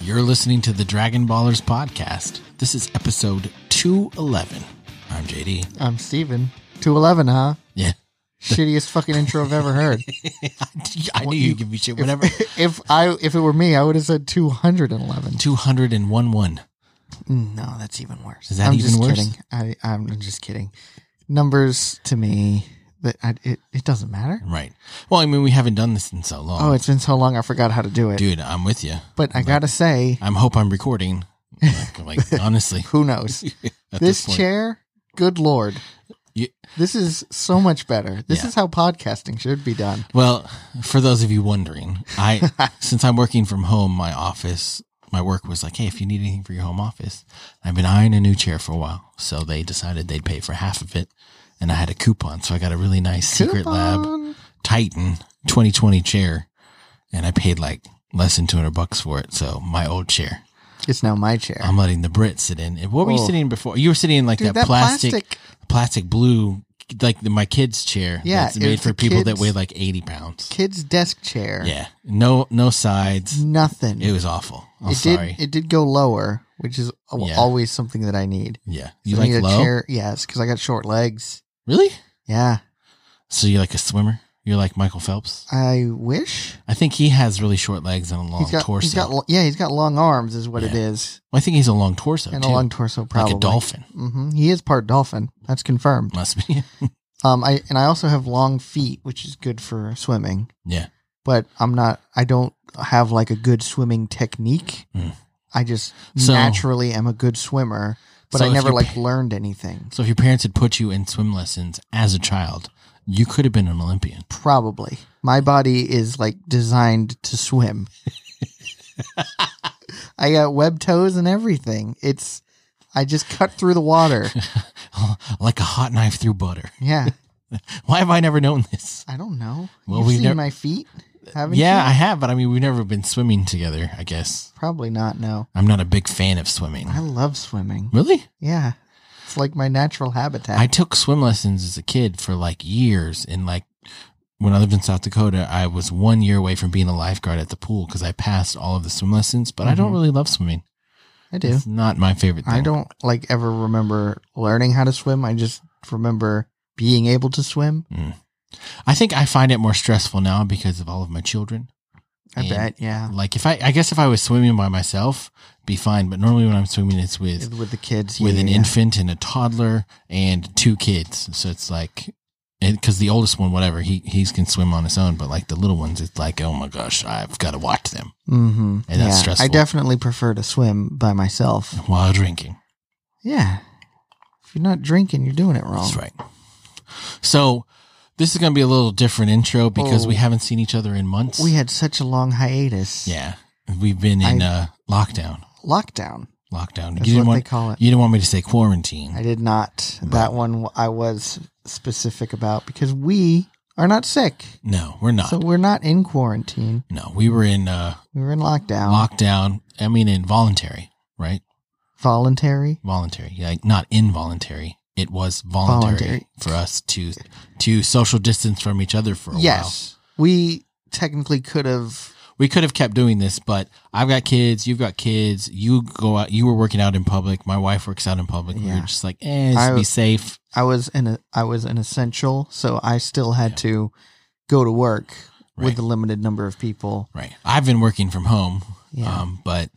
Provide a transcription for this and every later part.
You're listening to the Dragon Ballers podcast. This is episode 211. I'm JD. I'm Steven. 211, huh? Yeah. Shittiest fucking intro I've ever heard. I knew you'd give me shit. Whatever. if I if it were me, I would have said 211. 201 1. Mm, No, that's even worse. Is that I'm even just worse? Kidding. I I'm just kidding. Numbers to me that I, it it doesn't matter. Right. Well, I mean, we haven't done this in so long. Oh, it's been so long I forgot how to do it. Dude, I'm with you. but I got to say, I hope I'm recording. Like, like, honestly. who knows? at this point. chair, good lord. You- This is so much better. This Yeah. is how podcasting should be done. Well, for those of you wondering, I since I'm working from home, my office, my work was like, hey, if you need anything for your home office, I've been eyeing a new chair for a while. So they decided they'd pay for half of it, and I had a coupon, so I got a really nice Secret Lab Coupon. Titan 2020 chair, and I paid like less than 200 bucks for it. So my old chair, It's now my chair. I'm letting the Brit sit in. And What were you Oh. sitting in before? You were sitting in like Dude, that, that plastic, plastic- plastic blue. Like the, my kids' chair, Yeah, that's it made was for the people that kids- weigh like eighty pounds. Kids desk chair. Yeah. No no sides. Nothing. It was awful. I'm it Oh, sorry. did. It did go lower, which is al- Yeah. always something that I need. yeah. You I like need low? Yes, because I got short legs. Really? Yeah, So you're like a swimmer? You're like Michael Phelps? I wish I think he has really short legs and a long he's got. torso. He's got. lo- Yeah, he's got long arms, is what it Yeah. is, Well, I think he's a long torso and too. a long torso, probably. Like a dolphin. hmm He is part dolphin. That's confirmed. Must be. Um, I and I also have long feet, which is good for swimming. yeah. But I'm not. I don't have like a good swimming technique. Mm. I just So- naturally am a good swimmer, but So I if never you like pa- learned anything. So if your parents had put you in swim lessons as a child, you could have been an Olympian. Probably. My body is like designed to swim. I got web toes and everything. It's I just cut through the water. like a hot knife through butter. Yeah. Why have I never known this? I don't know. Well, You've we've seen nev- my feet? Haven't yeah, you? I have, but I mean, we've never been swimming together, I guess. Probably not, no. I'm not a big fan of swimming. I love swimming. Really? Yeah. It's like my natural habitat. I took swim lessons as a kid for like years. And like when I lived in South Dakota, I was one year away from being a lifeguard at the pool because I passed all of the swim lessons, but I don't Mhm. really love swimming. I do. It's not my favorite thing. I don't like ever remember learning how to swim. I just remember being able to swim. I think I find it more stressful now because of all of my children. I And- bet, yeah. Like if I, I guess if I was swimming by myself, be fine. But normally when I'm swimming, it's with With the kids. with yeah, an yeah. infant and a toddler and two kids. So it's like, because the oldest one, whatever, he he can swim on his own. But like the little ones, it's like, oh my gosh, I've got to watch them. Mm-hmm. And that's stressful. I definitely prefer to swim by myself. while drinking. Yeah. If you're not drinking, you're doing it wrong. That's right. So this is going to be a little different intro because we Oh. haven't seen each other in months. We had such a long hiatus. yeah, we've been in I- uh, lockdown. Lockdown. Lockdown. That's You didn't what want they call it. you didn't want me to say quarantine. I did not. That one I was specific about because we are not sick. no, we're not. So we're not in quarantine. no, we were in uh, We were in lockdown. lockdown. I mean, involuntary, right? Voluntary. Voluntary, Yeah, like not involuntary. It was voluntary, Voluntary. for us to to social distance from each other for a while. Yes. We technically could have. we could have kept doing this, but I've got kids, you've got kids, you go out, you were working out in public, my wife works out in public. We Yeah. were just like, eh, just I- be safe. I was in a. I was an essential, so I still had to go to work Right. with a limited number of people. Right. I've been working from home, Yeah. um, but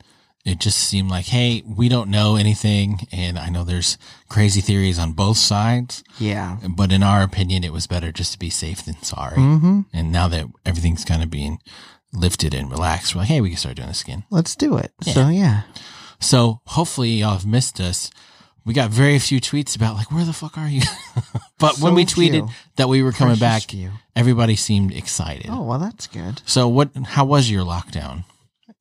it just seemed like, hey, we don't know anything. And I know there's crazy theories on both sides, Yeah. but in our opinion, it was better just to be safe than sorry. Mm-hmm. And now that everything's kind of being lifted and relaxed, we're like, hey, we can start doing this again. Let's do it. So yeah, So hopefully y'all have missed us. We got very few tweets about like where the fuck are you? but when So we tweeted few. that we were coming Precious back, few. everybody seemed excited. Oh well, that's good. So what? How was your lockdown?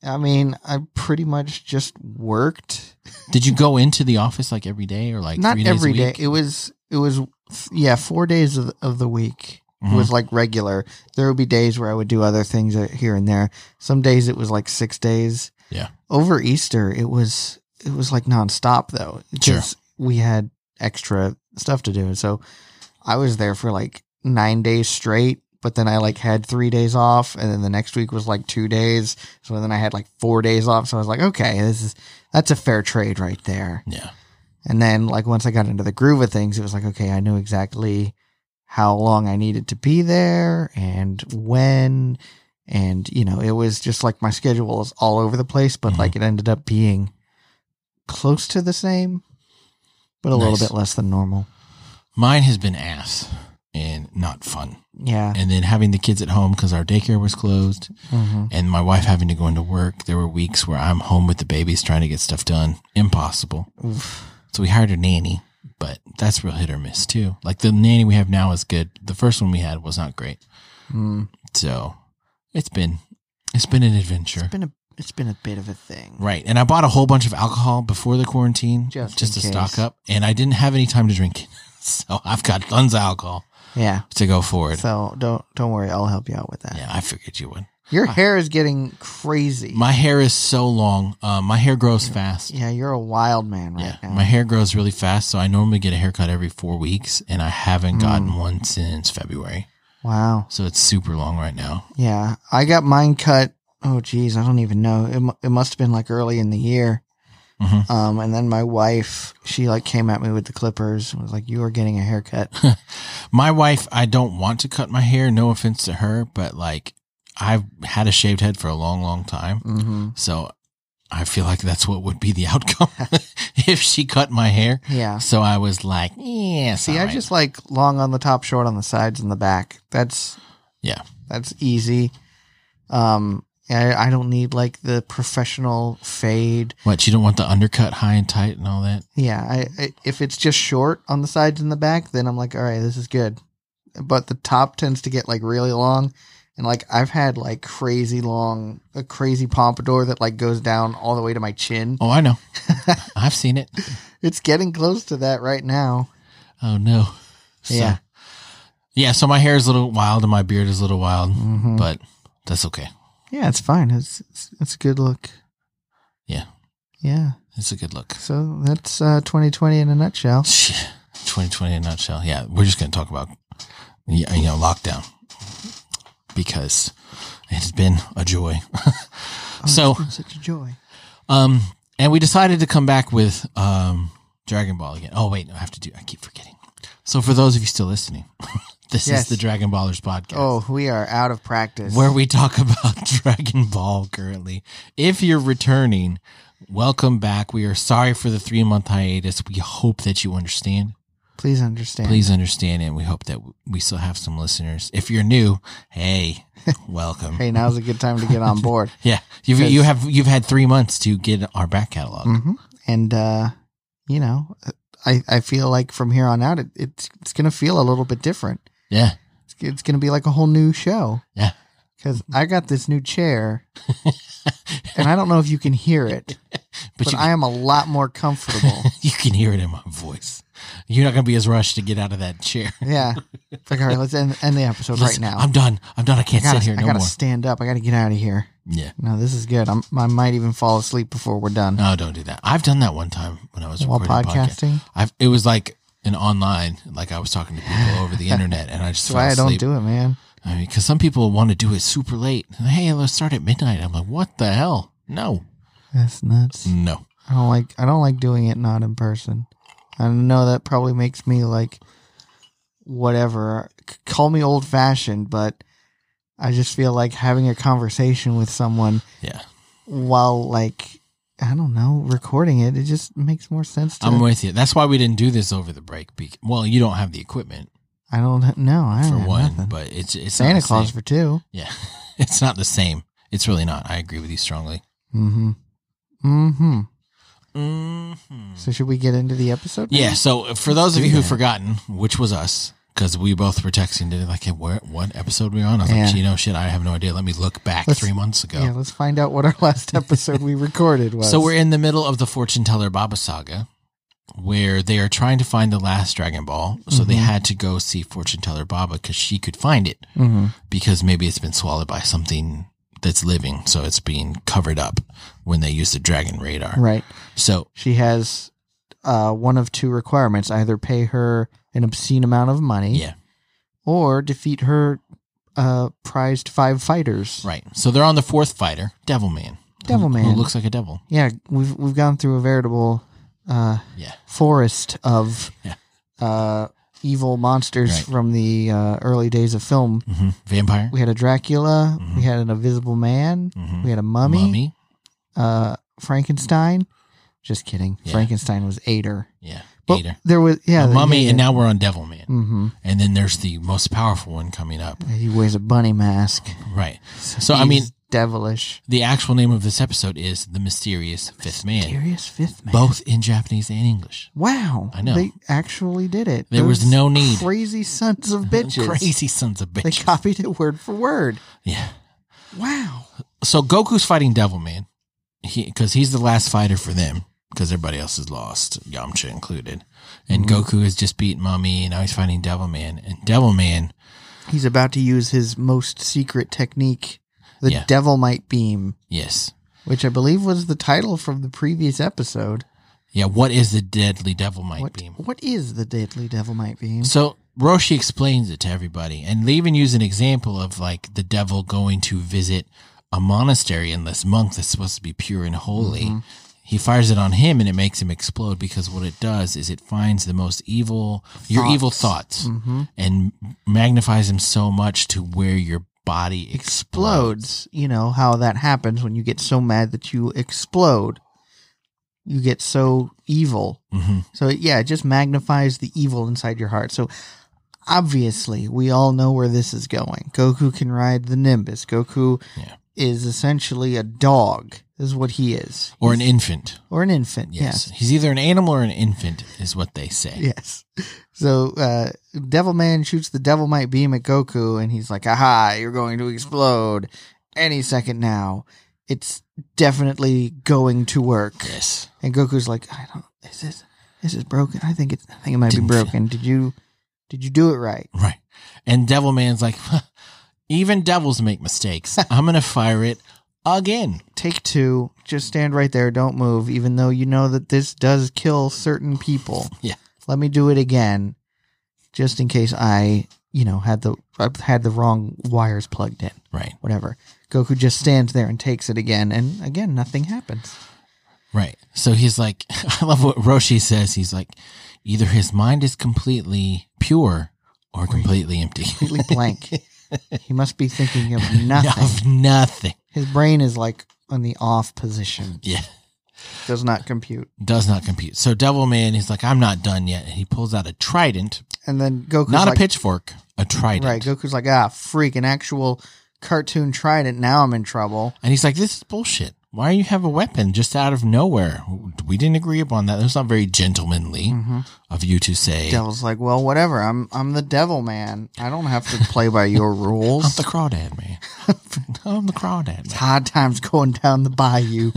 I mean, I pretty much just worked. Did you go into the office like every day or like Not three days every a day. week? It was. It was. Yeah, four days of of the week Mhm. was like regular. There would be days where I would do other things uh, here and there. Some days it was like six days. Yeah. Over Easter, it was it was like nonstop though. Sure. because We had extra stuff to do, and so I was there for like nine days straight. but then I like had three days off, and then the next week was like two days. So then I had like four days off. So I was like, okay, this is that's a fair trade right there. Yeah. And then like once I got into the groove of things, it was like, okay, I knew exactly how long I needed to be there and when. And, you know, it was just like my schedule was all over the place, but Mhm. like it ended up being close to the same, but a little Nice. bit less than normal. Mine has been ass and not fun. Yeah. And then having the kids at home because our daycare was closed hmm and my wife having to go into work. There were weeks where I'm home with the babies trying to get stuff done. Impossible. Oof. So we hired a nanny, but that's real hit or miss too. Like the nanny we have now is good. The first one we had was not great. Mm. So it's been it's been an adventure. It's been a it's been a bit of a thing. right. And I bought a whole bunch of alcohol before the quarantine Just just, in to case. stock up. And I didn't have any time to drink it. So I've got tons of alcohol Yeah. to go forward. So don't don't worry, I'll help you out with that. yeah, I figured you would. Your hair is getting crazy. My hair is so long. Um, my hair grows fast. yeah, you're a wild man Yeah, right now. my hair grows really fast, so I normally get a haircut every four weeks, and I haven't gotten Mm. one since February. wow. So it's super long right now. Yeah, I got mine cut. Oh, geez, I don't even know. It mu- it must have been like early in the year. Mhm. Um, and then my wife, she like came at me with the clippers and was like, "You are getting a haircut." My wife, I don't want to cut my hair. No offense to her, but like I've had a shaved head for a long, long time. hmm So I feel like that's what would be the outcome if she cut my hair. Yeah. So I was like, yeah, it's See, all I right. just like long on the top, short on the sides and the back. That's Yeah. that's easy. Um, I, I don't need like the professional fade. what you don't want the undercut high and tight and all that. Yeah, I, I if it's just short on the sides and the back, then I'm like, all right, this is good. But the top tends to get like really long, and like I've had like crazy long, a crazy pompadour that like goes down all the way to my chin. Oh, I know. I've seen it. It's getting close to that right now. Oh no. So- Yeah. Yeah, so my hair is a little wild and my beard is a little wild, Mhm. but that's okay. Yeah, it's fine. It's it's, it's a good look. Yeah. Yeah. It's a good look. So that's uh, 2020 in a nutshell. 2020 in a nutshell. Yeah, we're just going to talk about you know lockdown because it has been a joy. Oh, So- it's been such a joy. um, and we decided to come back with um Dragon Ball again. Oh wait, no, I have to do. I keep forgetting. So for those of you still listening, this Yes. is the Dragon Ballers podcast. Oh, we are out of practice. where we talk about Dragon Ball currently. If you're returning, welcome back. We are sorry for the three month hiatus. We hope that you understand. please understand. Please understand, and we hope that we still have some listeners. If you're new, hey, welcome. Hey, now's a good time to get on board. Yeah, you've 'Cause- you have you've had three months to get our back catalog. hmm And uh, you know, I I feel like from here on out, it, it's it's gonna feel a little bit different. Yeah, It's, it's gonna be like a whole new show. Yeah. Because I got this new chair, and I don't know if you can hear it, but, but, you, I am a lot more comfortable. you can hear it in my voice. You're not gonna be as rushed to get out of that chair yeah. It's like all right, let's end, end the episode Listen, right now. I'm done. I'm done. I I can't gotta, sit here I no gotta more. stand up. I gotta get out of here. yeah. No, this is good. I'm, I might even fall asleep before we're done No, don't do that. I've done that one time when I was while recording a podcast. podcasting. I've, it was like an online, like I was talking to people over the internet, and I just That's fell why I asleep. don't do it, man. I mean, because some people want to do it super late. Hey, let's start at midnight. I'm like, what the hell? No, That's nuts. no. I don't like I don't like doing it not in person. I know that probably makes me like whatever. C- call me old fashioned, but I just feel like having a conversation with someone Yeah, while like I don't know recording it. It just makes more sense to. I'm with you. That's why we didn't do this over the break. Be- well, you don't have the equipment I don't ha- no. I for don't have one, nothing. but it's it's not Santa the Claus Same. for two. Yeah, it's not the same. It's really not. I agree with you strongly. Mm-hmm. Mm-hmm. hmm So should we get into the episode? now? Yeah. So for those of do you who've that. forgotten, which was us, because we both were texting today, like, hey, where, what episode were we on? I was Yeah. like, you know, shit, I have no idea. Let me look back Let's- three months ago. Yeah. Let's find out what our last episode we recorded was. So we're in the middle of the fortune teller Baba saga, where they are trying to find the last Dragon Ball. So they Mhm. had to go see fortune teller Baba because she could find it Mm-hmm. because maybe it's been swallowed by something that's living, so it's being covered up when they use the dragon radar. Right. So she has uh, one of two requirements either pay her an obscene amount of money yeah, or defeat her uh, prized five fighters. Right. So they're on the fourth fighter, Devilman. who- Devilman. Who looks like a devil. Yeah, we've we've gone through a veritable uh, Yeah. forest of Yeah. uh, evil monsters Right. from the uh, early days of film. hmm Vampire. We had a Dracula. Mm-hmm. We had an Invisible Man. Mhm. We had a mummy. Uh, Frankenstein. Just kidding. Yeah. Frankenstein was Ader. Yeah. But Gator. There was yeah, a mummy, yeah, and now we're on Devilman. hmm And then there's the most powerful one coming up. He wears a bunny mask. Right. So, I mean, He's devilish. the actual name of this episode is The Mysterious Fifth Man, Curious fifth man. both in Japanese and English. Wow. I know. They actually did it. There was Those no need. Crazy sons of bitches. Crazy sons of They bitches. copied it word for word. yeah. Wow. So Goku's fighting Devilman because he's the last fighter for them because everybody else is lost, Yamcha included. And Goku has just beat Mummy and now he's fighting Devilman. And Devilman, He's about to use his most secret technique, the Yeah. Devil Might Beam, yes. which I believe was the title from the previous episode. Yeah, what is the deadly devil might What, beam? what is the deadly Devil Might Beam? So Roshi explains it to everybody, and they even use an example of like the devil going to visit a monastery and this monk that's supposed to be pure and holy. He fires it on him, and it makes him explode because what it does is it finds the most evil, your evil Thoughts. thoughts, Mm-hmm. hmm and magnifies them so much to where your body explodes. Explodes. You know how that happens when you get so mad that you explode. You get so evil. hmm So, yeah, it just magnifies the evil inside your heart. So, obviously, we all know where this is going. Goku can ride the Nimbus. Goku Yeah. is essentially a dog, is what he is. Or an infant. or an infant. Yes. He's either an animal or an infant, is what they say. Yes. Yes. So uh, Devil Man shoots the Devil Might Beam at Goku, and he's like, aha, you're going to explode any second now. It's definitely going to work. Yes. And Goku's like, I don't, is this, is this broken? I think it's, I think it might Didn't be feel- broken. Did you, did you do it right? Right. And Devil Man's like, even devils make mistakes. I'm going to fire it again. Take two. Just stand right there. Don't move, even though you know that this does kill certain people. Yeah. Let me do it again, just in case I, you know, had the I had the wrong wires plugged in. Right. Whatever. Goku just stands there and takes it again, and again nothing happens. Right. So he's like, I love what Roshi says. He's like, either his mind is completely pure or completely empty. Completely blank. he must be thinking of nothing. Of nothing. His brain is like on the off position. Yeah. Does not compute. Does not compute. So Devil Man is like, I'm not done yet. And he pulls out a trident, And then Goku's not like, a pitchfork, a trident. Right. Goku's like, ah, freak, an actual cartoon trident. Now I'm in trouble. And he's like, this is bullshit. Why you have a weapon just out of nowhere? We didn't agree upon that. That's not very gentlemanly Mm-hmm. of you to say. Devil's like, well, whatever. I'm I'm the devil man. I don't have to play by your I'm rules. the crawdad man. I'm the crawdad man. Hard times going down the bayou,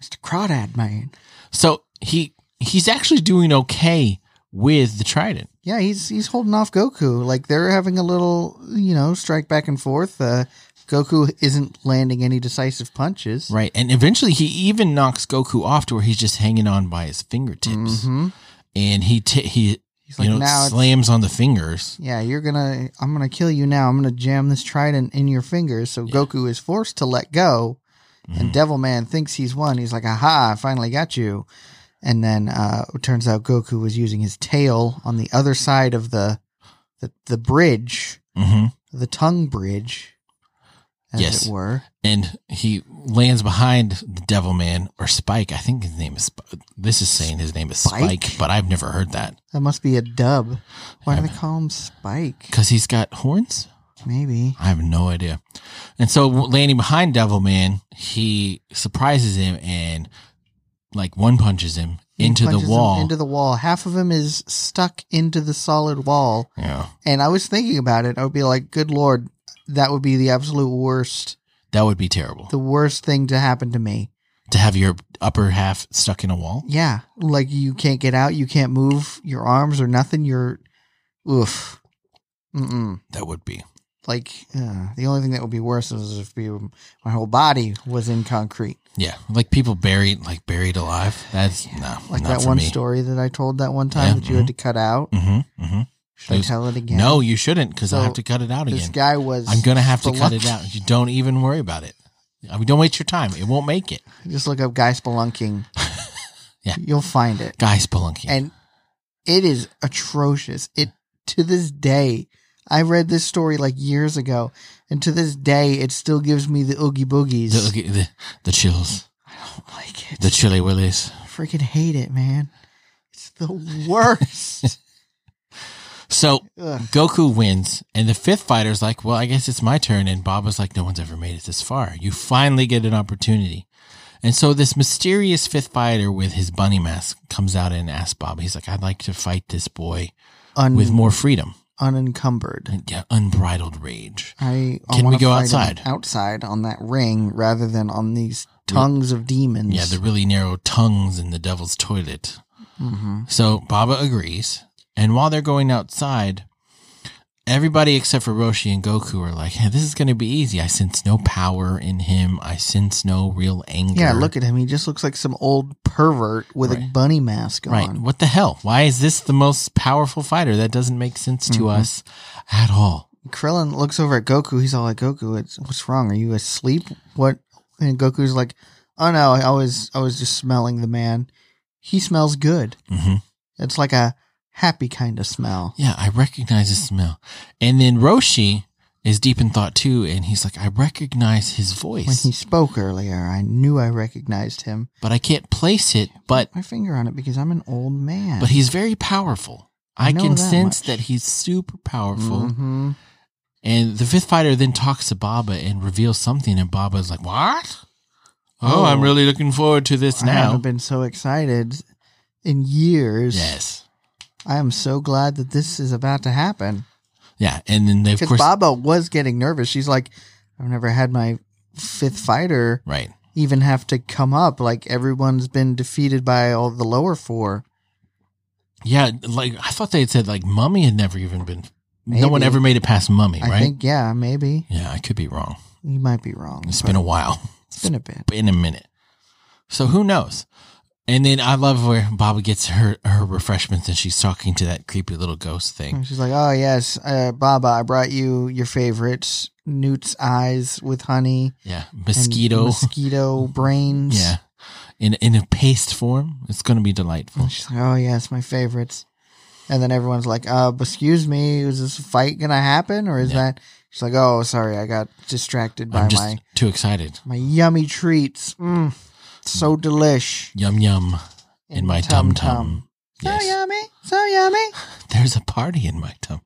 Mister Crawdad Man. So he he's actually doing okay with the trident. Yeah, he's he's holding off Goku. Like they're having a little, you know, strike back and forth. Uh, Goku isn't landing any decisive punches. Right. And eventually he even knocks Goku off to where he's just hanging on by his fingertips. hmm And he t- he He's like, you know now it's- slams on the fingers. Yeah, you're gonna. I'm gonna kill you now. I'm gonna jam this trident in your fingers. So Goku is forced to let go, Mm-hmm. and Devil Man thinks he's won. He's like, "Aha! I finally got you." And then uh, it turns out Goku was using his tail on the other side of the the, the bridge, hmm the tongue bridge, as Yes. it were. And he lands behind the Devil Man or Spike. I think his name is. Sp- This is saying his name is Spike, Spike? but I've never heard that That must be a dub. Why do Um, they call him Spike? because he's got horns. Maybe. I have no idea. And so landing behind Devilman, he surprises him and like one punches him He into the punches him wall. Into the wall. Half of him is stuck into the solid wall. yeah. And I was thinking about it. I would be like, good lord, that would be the absolute worst, That would be terrible. the worst thing to happen to me. to have your upper half stuck in a wall. Yeah. Like you can't get out. You can't move your arms or nothing. You're, oof. Mm-mm. That would be. Like uh, the only thing that would be worse is if you, my whole body was in concrete. Yeah. Like people buried like buried alive. That's no. Like not that for one me. story that I told that one time Yeah, that you had to cut out. Mm-hmm, mm-hmm. Should I Those- tell it again? No, you shouldn't because I So, have to cut it out This again. guy was. I'm going to have to cut it spelunking- out. You don't even worry about it. I mean, don't waste your time. It won't make it. Just look up guy spelunking. Yeah. You'll find it. Guy spelunking. And it is atrocious. It to this day, I read this story like years ago, and to this day, it still gives me the oogie boogies. the, okay, the, the chills, I don't like it. the chilly willies. I freaking hate it, man. It's the worst. So Ugh. Goku wins, and the fifth fighter's like, Well, I guess it's my turn. And Baba's like, No one's ever made it this far. You finally get an opportunity. And so this mysterious fifth fighter with his bunny mask comes out and asks Baba, He's like, I'd like to fight this boy Un- with more freedom unencumbered. and yeah, unbridled rage. I I Can we wanna go fight him outside? Outside on that ring, rather than on these tongues of demons. Yeah, the really narrow tongues in the devil's toilet. hmm So Baba agrees. And while they're going outside, everybody except for Roshi and Goku are like, hey, this is going to be easy. I sense no power in him. I sense no real anger. Yeah, look at him. He just looks like some old pervert with a Right. bunny mask on. Right. What the hell? Why is this the most powerful fighter? That doesn't make sense to Mhm. us at all. Krillin looks over at Goku. He's all like, "Goku, it's, what's wrong? Are you asleep? What?" And Goku's like, "Oh no, I was I was just smelling the man. He smells good. hmm It's like a happy kind of smell." Yeah, I recognize his smell. And then Roshi is deep in thought too. And he's like, I recognize his When voice, he spoke earlier, I knew I recognized him. but I can't place it. But Put my finger on it because I'm an old man. but he's very powerful. I, I know can that sense much. that he's super powerful. hmm And the fifth fighter then talks to Baba and reveals something, and Baba's like, "What? Oh, I'm Oh. really looking forward to this I now." haven't been so excited in years. Yes, I am so glad that this is about to happen. yeah. And then they of Because course, Baba was getting nervous. She's like, I've never had my fifth fighter right? even have to come up. Like everyone's been defeated by all the lower four. Yeah, like I thought they had said like Mummy had never even been. No one Maybe. ever made it past Mummy, I right? think, yeah, maybe yeah, I could be wrong. you might be wrong. It's but been a while. it's been a bit. in a minute. So who knows? And then I love where Baba gets her her refreshments, and she's talking to that creepy little ghost thing. And she's like, "Oh yes, uh, Baba, I brought you your favorites: Newt's eyes with honey, Yeah, and mosquito. mosquito brains." Yeah, in in a paste form, it's going to be delightful. And she's like, "Oh yes, my favorites." And then everyone's like, "Uh, excuse me, is this fight gonna happen, or is Yeah. that?" She's like, "Oh, sorry, I got distracted by I'm just my too excited. my yummy treats. Mm, so delish Yum yum in, my tum Oh, tum. Yes, So yummy, so yummy." there's a party in my tum.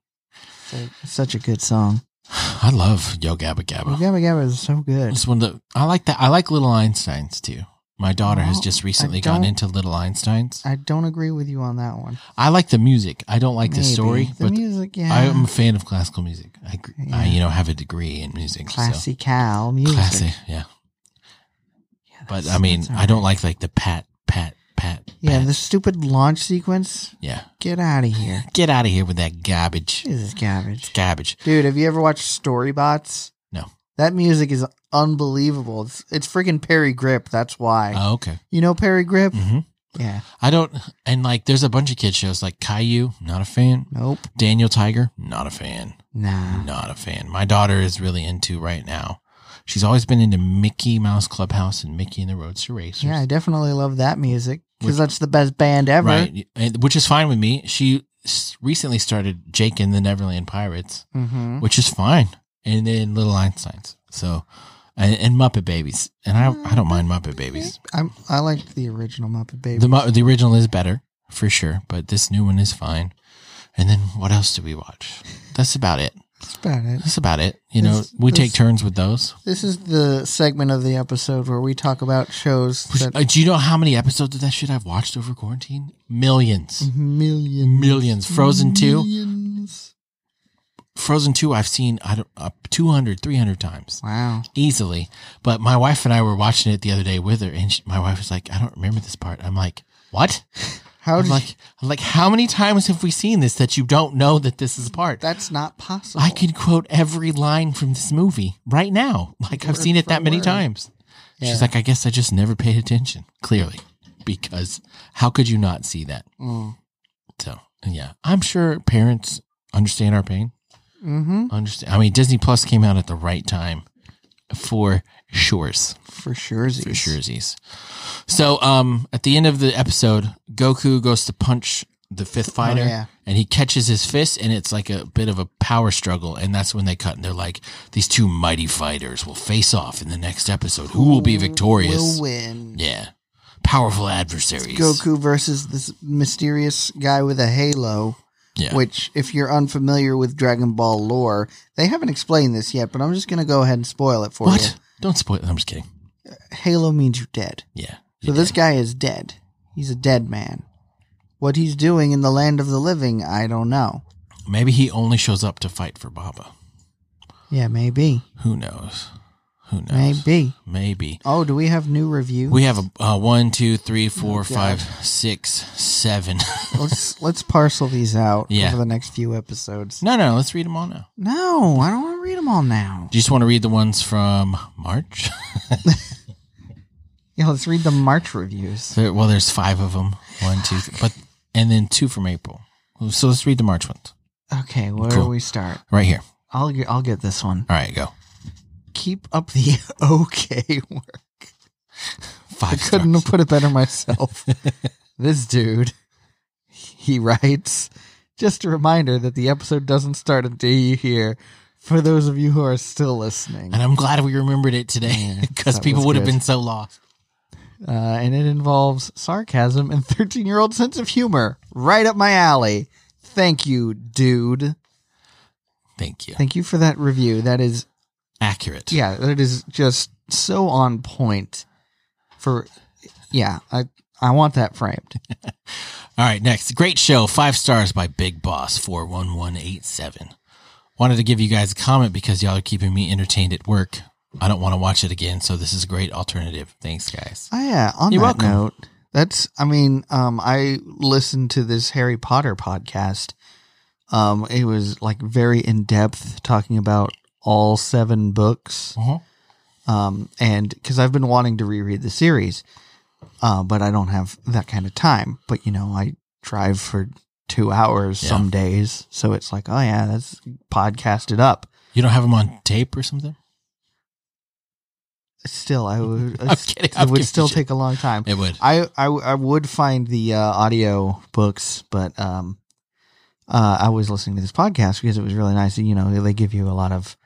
It's like- it's such a good song. I love Yo Gabba Gabba. Yummy Gabba is so good. It's one of the I like that. I like Little Einsteins too. My daughter has No, just I recently gotten don't- into Little Einsteins. I don't agree with you on that one. I like the music. I don't like the Maybe. story, the but music, yeah, I am a fan of classical music. I, gr- I Yeah. you know have a degree in music. classy Cal music. so. classy, yeah. Yeah, But that's- I mean, that's all I don't right. like like the pat pat pat. Yeah, pat. the stupid launch sequence. yeah. Get out of here. Get out of here with that garbage. Jesus, garbage. Garbage. Dude, have you ever watched Storybots? No. That music is unbelievable. It's, it's freaking Perry Grip. That's why. Oh, okay. you know Perry Grip? hmm Yeah. I don't, and like, there's a bunch of kids shows like Caillou, not a fan. Nope. Daniel Tiger, not a fan. Nah. Not a fan. My daughter is really into right now. She's always been into Mickey Mouse Clubhouse and Mickey and the Roadster Racers. Yeah, I definitely love that music Which- because that's the best band ever. right. And, which is fine with me. She s- recently started Jake and the Neverland Pirates, Mm-hmm. which is fine. And then Little Einsteins. So, and, and Muppet Babies. And I, I don't mind Muppet Babies. I'm, I liked the original Muppet Baby. The mo- the original is better for sure, but this new one is fine. And then what else do we watch? That's about it. That's about it. That's about it. You know, This- we this- take turns with those. This is the segment of the episode where we talk about shows that Uh, do you know how many episodes of that shit I've watched over quarantine? Millions, millions, millions. Frozen Mm. two, millions. Frozen two. I've seen I don't uh, 200, 300 times Wow. easily. But my wife and I were watching it the other day with her, and she, my wife was like, "I don't remember this part." I'm like, "What?" How I'm did you- like, I'm like, how many times have we seen this that you don't know that this is a part? that's not possible. I could quote every line from this movie right now. Like I've Word seen it for that many word. times. Yeah. She's like, I guess I just never paid attention. Clearly, because how could you not see that? Mm. So yeah, I'm sure parents understand our pain. Mm-hmm. Understand. I mean, Disney Plus came out at the right time for shores, For sure. for suresies. So, um, at the end of the episode, Goku goes to punch the fifth fighter, Oh, yeah. and he catches his fist, and it's like a bit of a power struggle. And that's when they cut, and they're like, "These two mighty fighters will face off in the next episode. Who will be victorious? Will win. Yeah, powerful adversaries. Goku versus this mysterious guy with a halo. Yeah. Which, if you're unfamiliar with Dragon Ball lore, they haven't explained this yet, but I'm just going to go ahead and spoil it for What? you. Don't spoil it. I'm just kidding. Halo means you're dead. Yeah. So this guy is dead. He's a dead man. What he's doing in the land of the living, I don't know. Maybe he only shows up to fight for Baba. Yeah, maybe. Who knows? Who knows? Maybe. Maybe. Oh, do we have new reviews? We have a uh, one, two, three, four, Oh, God. five, six, seven. let's let's parcel these out Yeah. over the next few episodes. no, no, let's read them all now. No, I don't want to read them all now. Do you just want to read the ones from March? Yeah, let's read the March reviews. There- well, there's five of them. One, two, three, but and then two from April. So let's read the March ones Okay, where Cool. do we start? right here. I'll get I'll get this one. All right, go Keep up the okay work. I five. couldn't stars. have put it better myself. this dude, he writes, just a reminder that the episode doesn't start until you hear. For those of you who are still listening, And I'm glad we remembered it today Yeah, because that people was would have good. been so lost. uh, and it involves sarcasm and 13 year old sense of humor. Right up my alley. Thank you, dude. Thank you. Thank you for that review. That is Accurate. Yeah, that is just so on point for yeah, I I want that framed. All right, next. Great show. Five stars by Big Boss 41187. Wanted to give you guys a comment because y'all are keeping me entertained at work. I don't want to watch it again, so this is a great alternative. Thanks, guys. Oh yeah, on You're that welcome. note, that's I mean, um I listened to this Harry Potter podcast. Um it was like very in depth talking about all seven books. Uh-huh. um, and because I've been wanting to reread the series, uh, but I don't have that kind of time. But you know, I drive for two hours Yeah. some days, so it's like, oh yeah, that's podcasted up. You don't have them on tape or something? Still, I would, I'm kidding, it I'm would giving still shit. take a long time. It would. I, I, I would find the uh, audio books, but um, uh, I was listening to this podcast because it was really nice. You know, they give you a lot of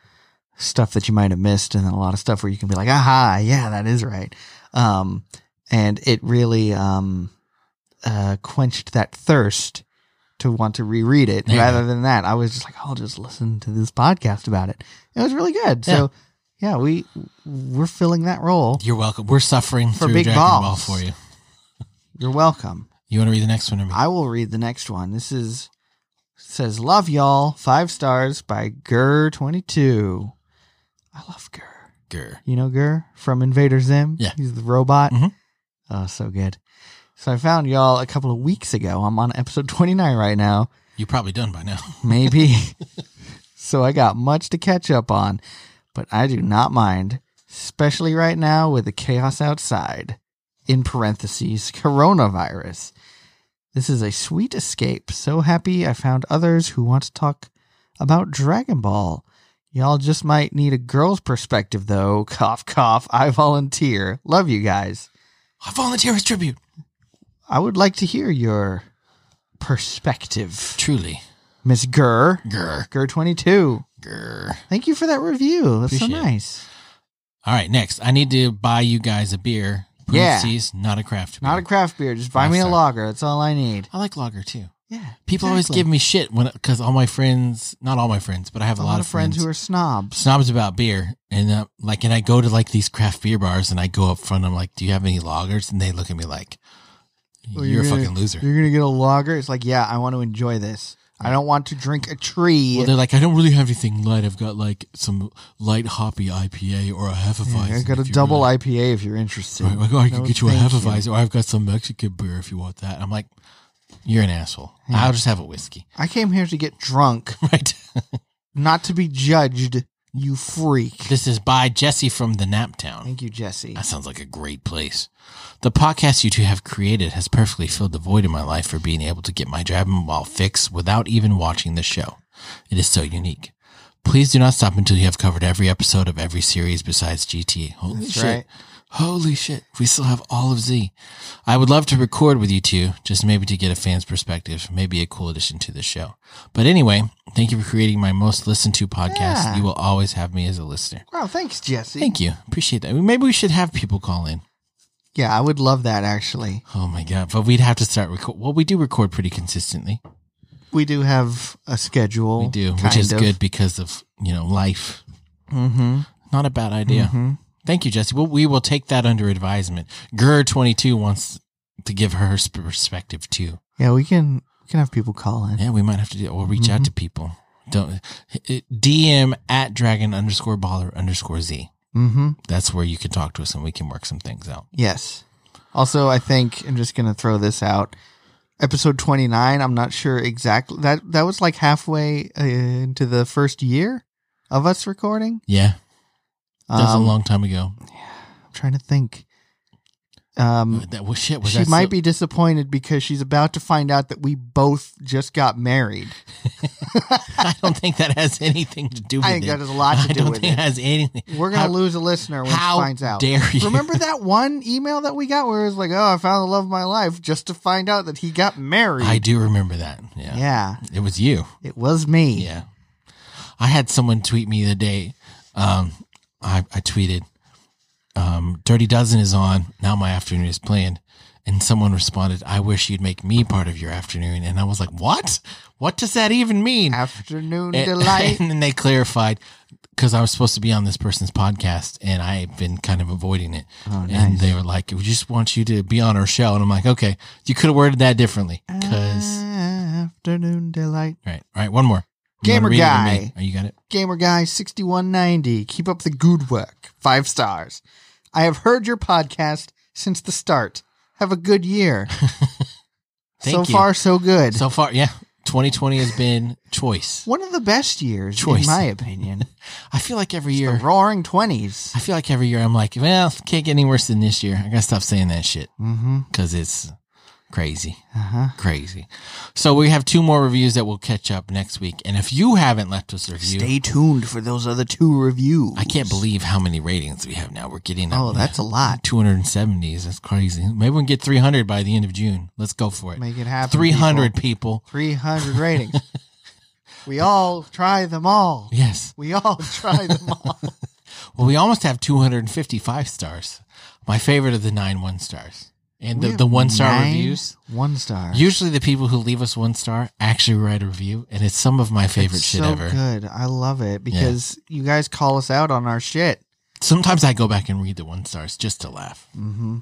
stuff that you might have missed, and a lot of stuff where you can be like, "Aha, yeah, that is right." Um, and it really um, uh, quenched that thirst to want to reread it. Yeah. Rather than that, I was just like, "I'll just listen to this podcast about it." It was really good. So, yeah, we we're filling that role. You're welcome. We're suffering For through Big Dragon Ball Boss. for you. You're welcome. You want to read the next one or me? I will read the next one. This is says love y'all five stars by Gur twenty two. I love Gur. Grr. You know Gur from Invader Zim. Yeah. he's the robot. Mhm. Oh, so good. So I found y'all a couple of weeks ago. I'm on episode twenty nine right now You're probably done by now. maybe. so I got much to catch up on, but I do not mind, especially right now with the chaos outside. In parentheses, coronavirus. This is a sweet escape. So happy I found others who want to talk about Dragon Ball. Y'all just might need a girl's perspective, though. Cough, cough. I volunteer. Love you guys. I volunteer as tribute. I would like to hear your perspective, Truly. Miss Gurr. Grr. Gurr22. Grr. Thank you for that review. That's Appreciate it. so nice. All right, next. I need to buy you guys a beer. Yeah. Parentheses, Not a craft beer. Not a craft beer. Just buy Five me a star. lager. That's all I need. I like lager too. Yeah. People always give me shit when because all my friends, not all my friends, but I have a lot of friends who are snobs. snobs about beer, and uh, like, and I go to like these craft beer bars, and I go up front, I'm like, "Do you have any lagers?" And they look at me like, Well, "You're a you're- fucking loser." You're going to get a lager? It's like, yeah, I want to enjoy this. I don't want to drink a tree. Well, they're like, "I don't really have anything light. I've got like some light hoppy IPA or a hefeweizen." I got a if you double really- IPA if you're interested. Right, like, oh, I can No, get you a thank hefeweizen, or I've got some Mexican beer if you want that. I'm like, "You're an asshole. I'll just have a whiskey." I came here to get drunk, Right. not to be judged, you freak. this is by Jesse from the Nap Town. Thank you, Jesse. That sounds like a great place. The podcast you two have created has perfectly filled the void in my life for being able to get my Dragon Ball fix without even watching the show. It is so unique. Please do not stop until you have covered every episode of every series besides GT. Holy That's shit. right. Holy shit. We still have all of Z. I would love to record with you two, just maybe to get a fan's perspective, maybe a cool addition to the show. But anyway, thank you for creating my most listened to podcast. Yeah. You will always have me as a listener. Wow, thanks, Jesse. Thank you. Appreciate that. Maybe we should have people call in. yeah, I would love that actually. Oh my God. But we'd have to start record. Well, we do record pretty consistently. We do have a schedule. We do, which is good because of, you know, life. Mm-hmm. Not a bad idea. hmm Thank you, Jesse. Well, we will take that under advisement. Gur22 wants to give her her sp- perspective too. Yeah, we can we can have people call in. Yeah, we might have to do or reach out to Mm-hmm. people. Don't it- DM at dragon underscore baller underscore z. Mm-hmm. That's where you can talk to us and we can work some things out. Yes. Also, I think I'm just gonna throw this out. Episode 29. I'm not sure exactly that that was like halfway uh, into the first year of us recording. Yeah, that was Um, a long time ago. I'm trying to think. Um, That was shit. Was she that might still- be disappointed because she's about to find out that we both just got married. I don't think that has anything to do with I think it. that has a lot to I do don't with think it. has anything. We're gonna How- lose a listener when How she finds out. dare you? Remember that one email that we got where it was like, "Oh, I found the love of my life," just to find out that he got married. I do remember that. Yeah. yeah, it was you. it was me. Yeah, I had someone tweet me the other day. Um, I I tweeted, um, "Dirty Dozen is on now. My afternoon is planned." And someone responded, "I wish you'd make me part of your afternoon." And I was like, "What? What does that even mean?" Afternoon And, delight. and then they clarified because I was supposed to be on this person's podcast, and I've been kind of avoiding it. Oh, And nice. they were like, "We just want you to be on our show." And I'm like, "Okay, you could have worded that differently." Uh. Because Afternoon delight. right, all right, one more. You wanna Gamer read it or me? guy. Oh, you got it. Gamer guy sixty one ninety. Keep up the good work. Five stars. I have heard your podcast since the start. Have a good year. Thank so you. far, so good. So far, yeah. 2020 has been choice. one of the best years, Choice. in my opinion. I feel like every the year, Roaring Twenties. I feel like every year I'm like, well, can't get any worse than this year. I gotta stop saying that shit Mm-hmm. because it's crazy, Uh huh. crazy. So we have two more reviews that we'll catch up next week. And if you haven't left us a review, Stay tuned for those other two reviews. I can't believe how many ratings we have now. We're getting up Oh, that's a lot. 270s. That's crazy. Maybe we can get 300 by the end of June. Let's go for it. Make it happen. 300 people. Three hundred ratings. we all try them all. Yes. We all try them all. Well, we almost have 255 stars. My favorite of the nine one stars and We the, have the one star nine reviews. One star. Usually, the people who leave us one star actually write a review, and it's some of my favorite It's shit so ever. good. I love it because you guys call us out on our shit. Sometimes I go back and read the one stars just to laugh. Mm-hmm.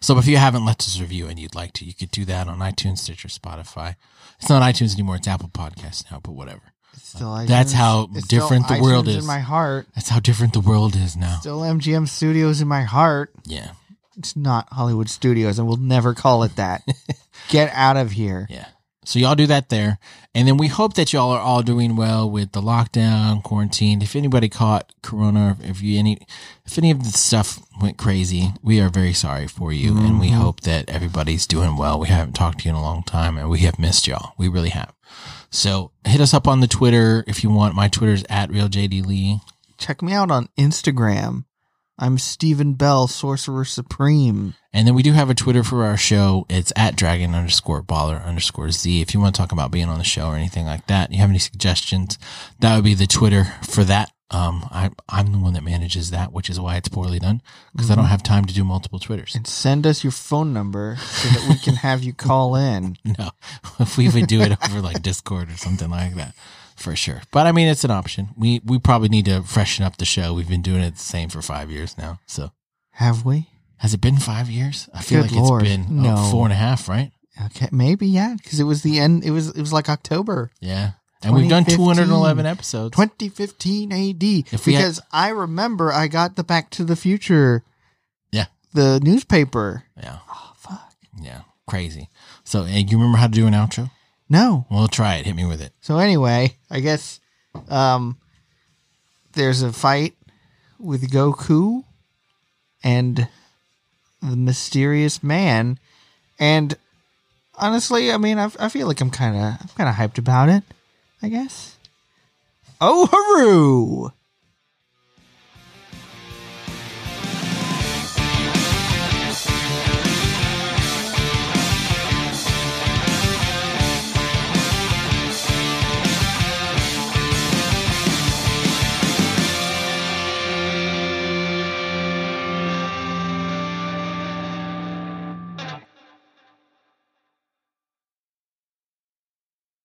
So, if you haven't left us a review and you'd like to, you could do that on iTunes, Stitcher, Spotify. It's not iTunes anymore; it's Apple Podcasts now. But whatever. It's still iTunes. That's how It's still different the world iTunes is. in my heart. That's how different the world is now. Still MGM Studios in my heart. Yeah, It's not Hollywood Studios, and we'll never call it that. Get out of here. yeah. So y'all do that there, and then we hope that y'all are all doing well with the lockdown, quarantine. If anybody caught corona, or if you any, if any of the stuff went crazy, we are very sorry for you, and we hope that everybody's doing well. We haven't talked to you in a long time, and we have missed y'all. We really have. So hit us up on the Twitter if you want. My Twitter's at realjdlee. Check me out on Instagram. I'm Stephen Bell, Sorcerer Supreme. And then we do have a Twitter for our show. It's at dragon underscore baller underscore Z. If you want to talk about being on the show or anything like that, you have any suggestions, that would be the Twitter for that. Um, I, I'm the one that manages that, which is why it's poorly done because I Mm-hmm. don't have time to do multiple Twitters. And send us your phone number so that we can have you call in. No, if we would do it over like Discord or something like that, for sure. But I mean, it's an option. We we probably need to freshen up the show. We've been doing it the same for five years now. So Have we? has it been five years? I feel Good like Lord. it's been uh, No. four and a half, right? Okay, maybe yeah, because it was the end. It was it was like October Yeah. And we've done 2015. 211 episodes. 2015 AD. If we had- because I remember I got the Back to the Future. Yeah. The newspaper. Yeah. Oh fuck. Yeah. Crazy. So, and you remember how to do an outro? No. Well, try it. Hit me with it. So anyway, I guess um, there's a fight with Goku and the mysterious man, and honestly, I mean, I, I feel like I'm kind of I'm kind of hyped about it. I guess. Oh, hooroo!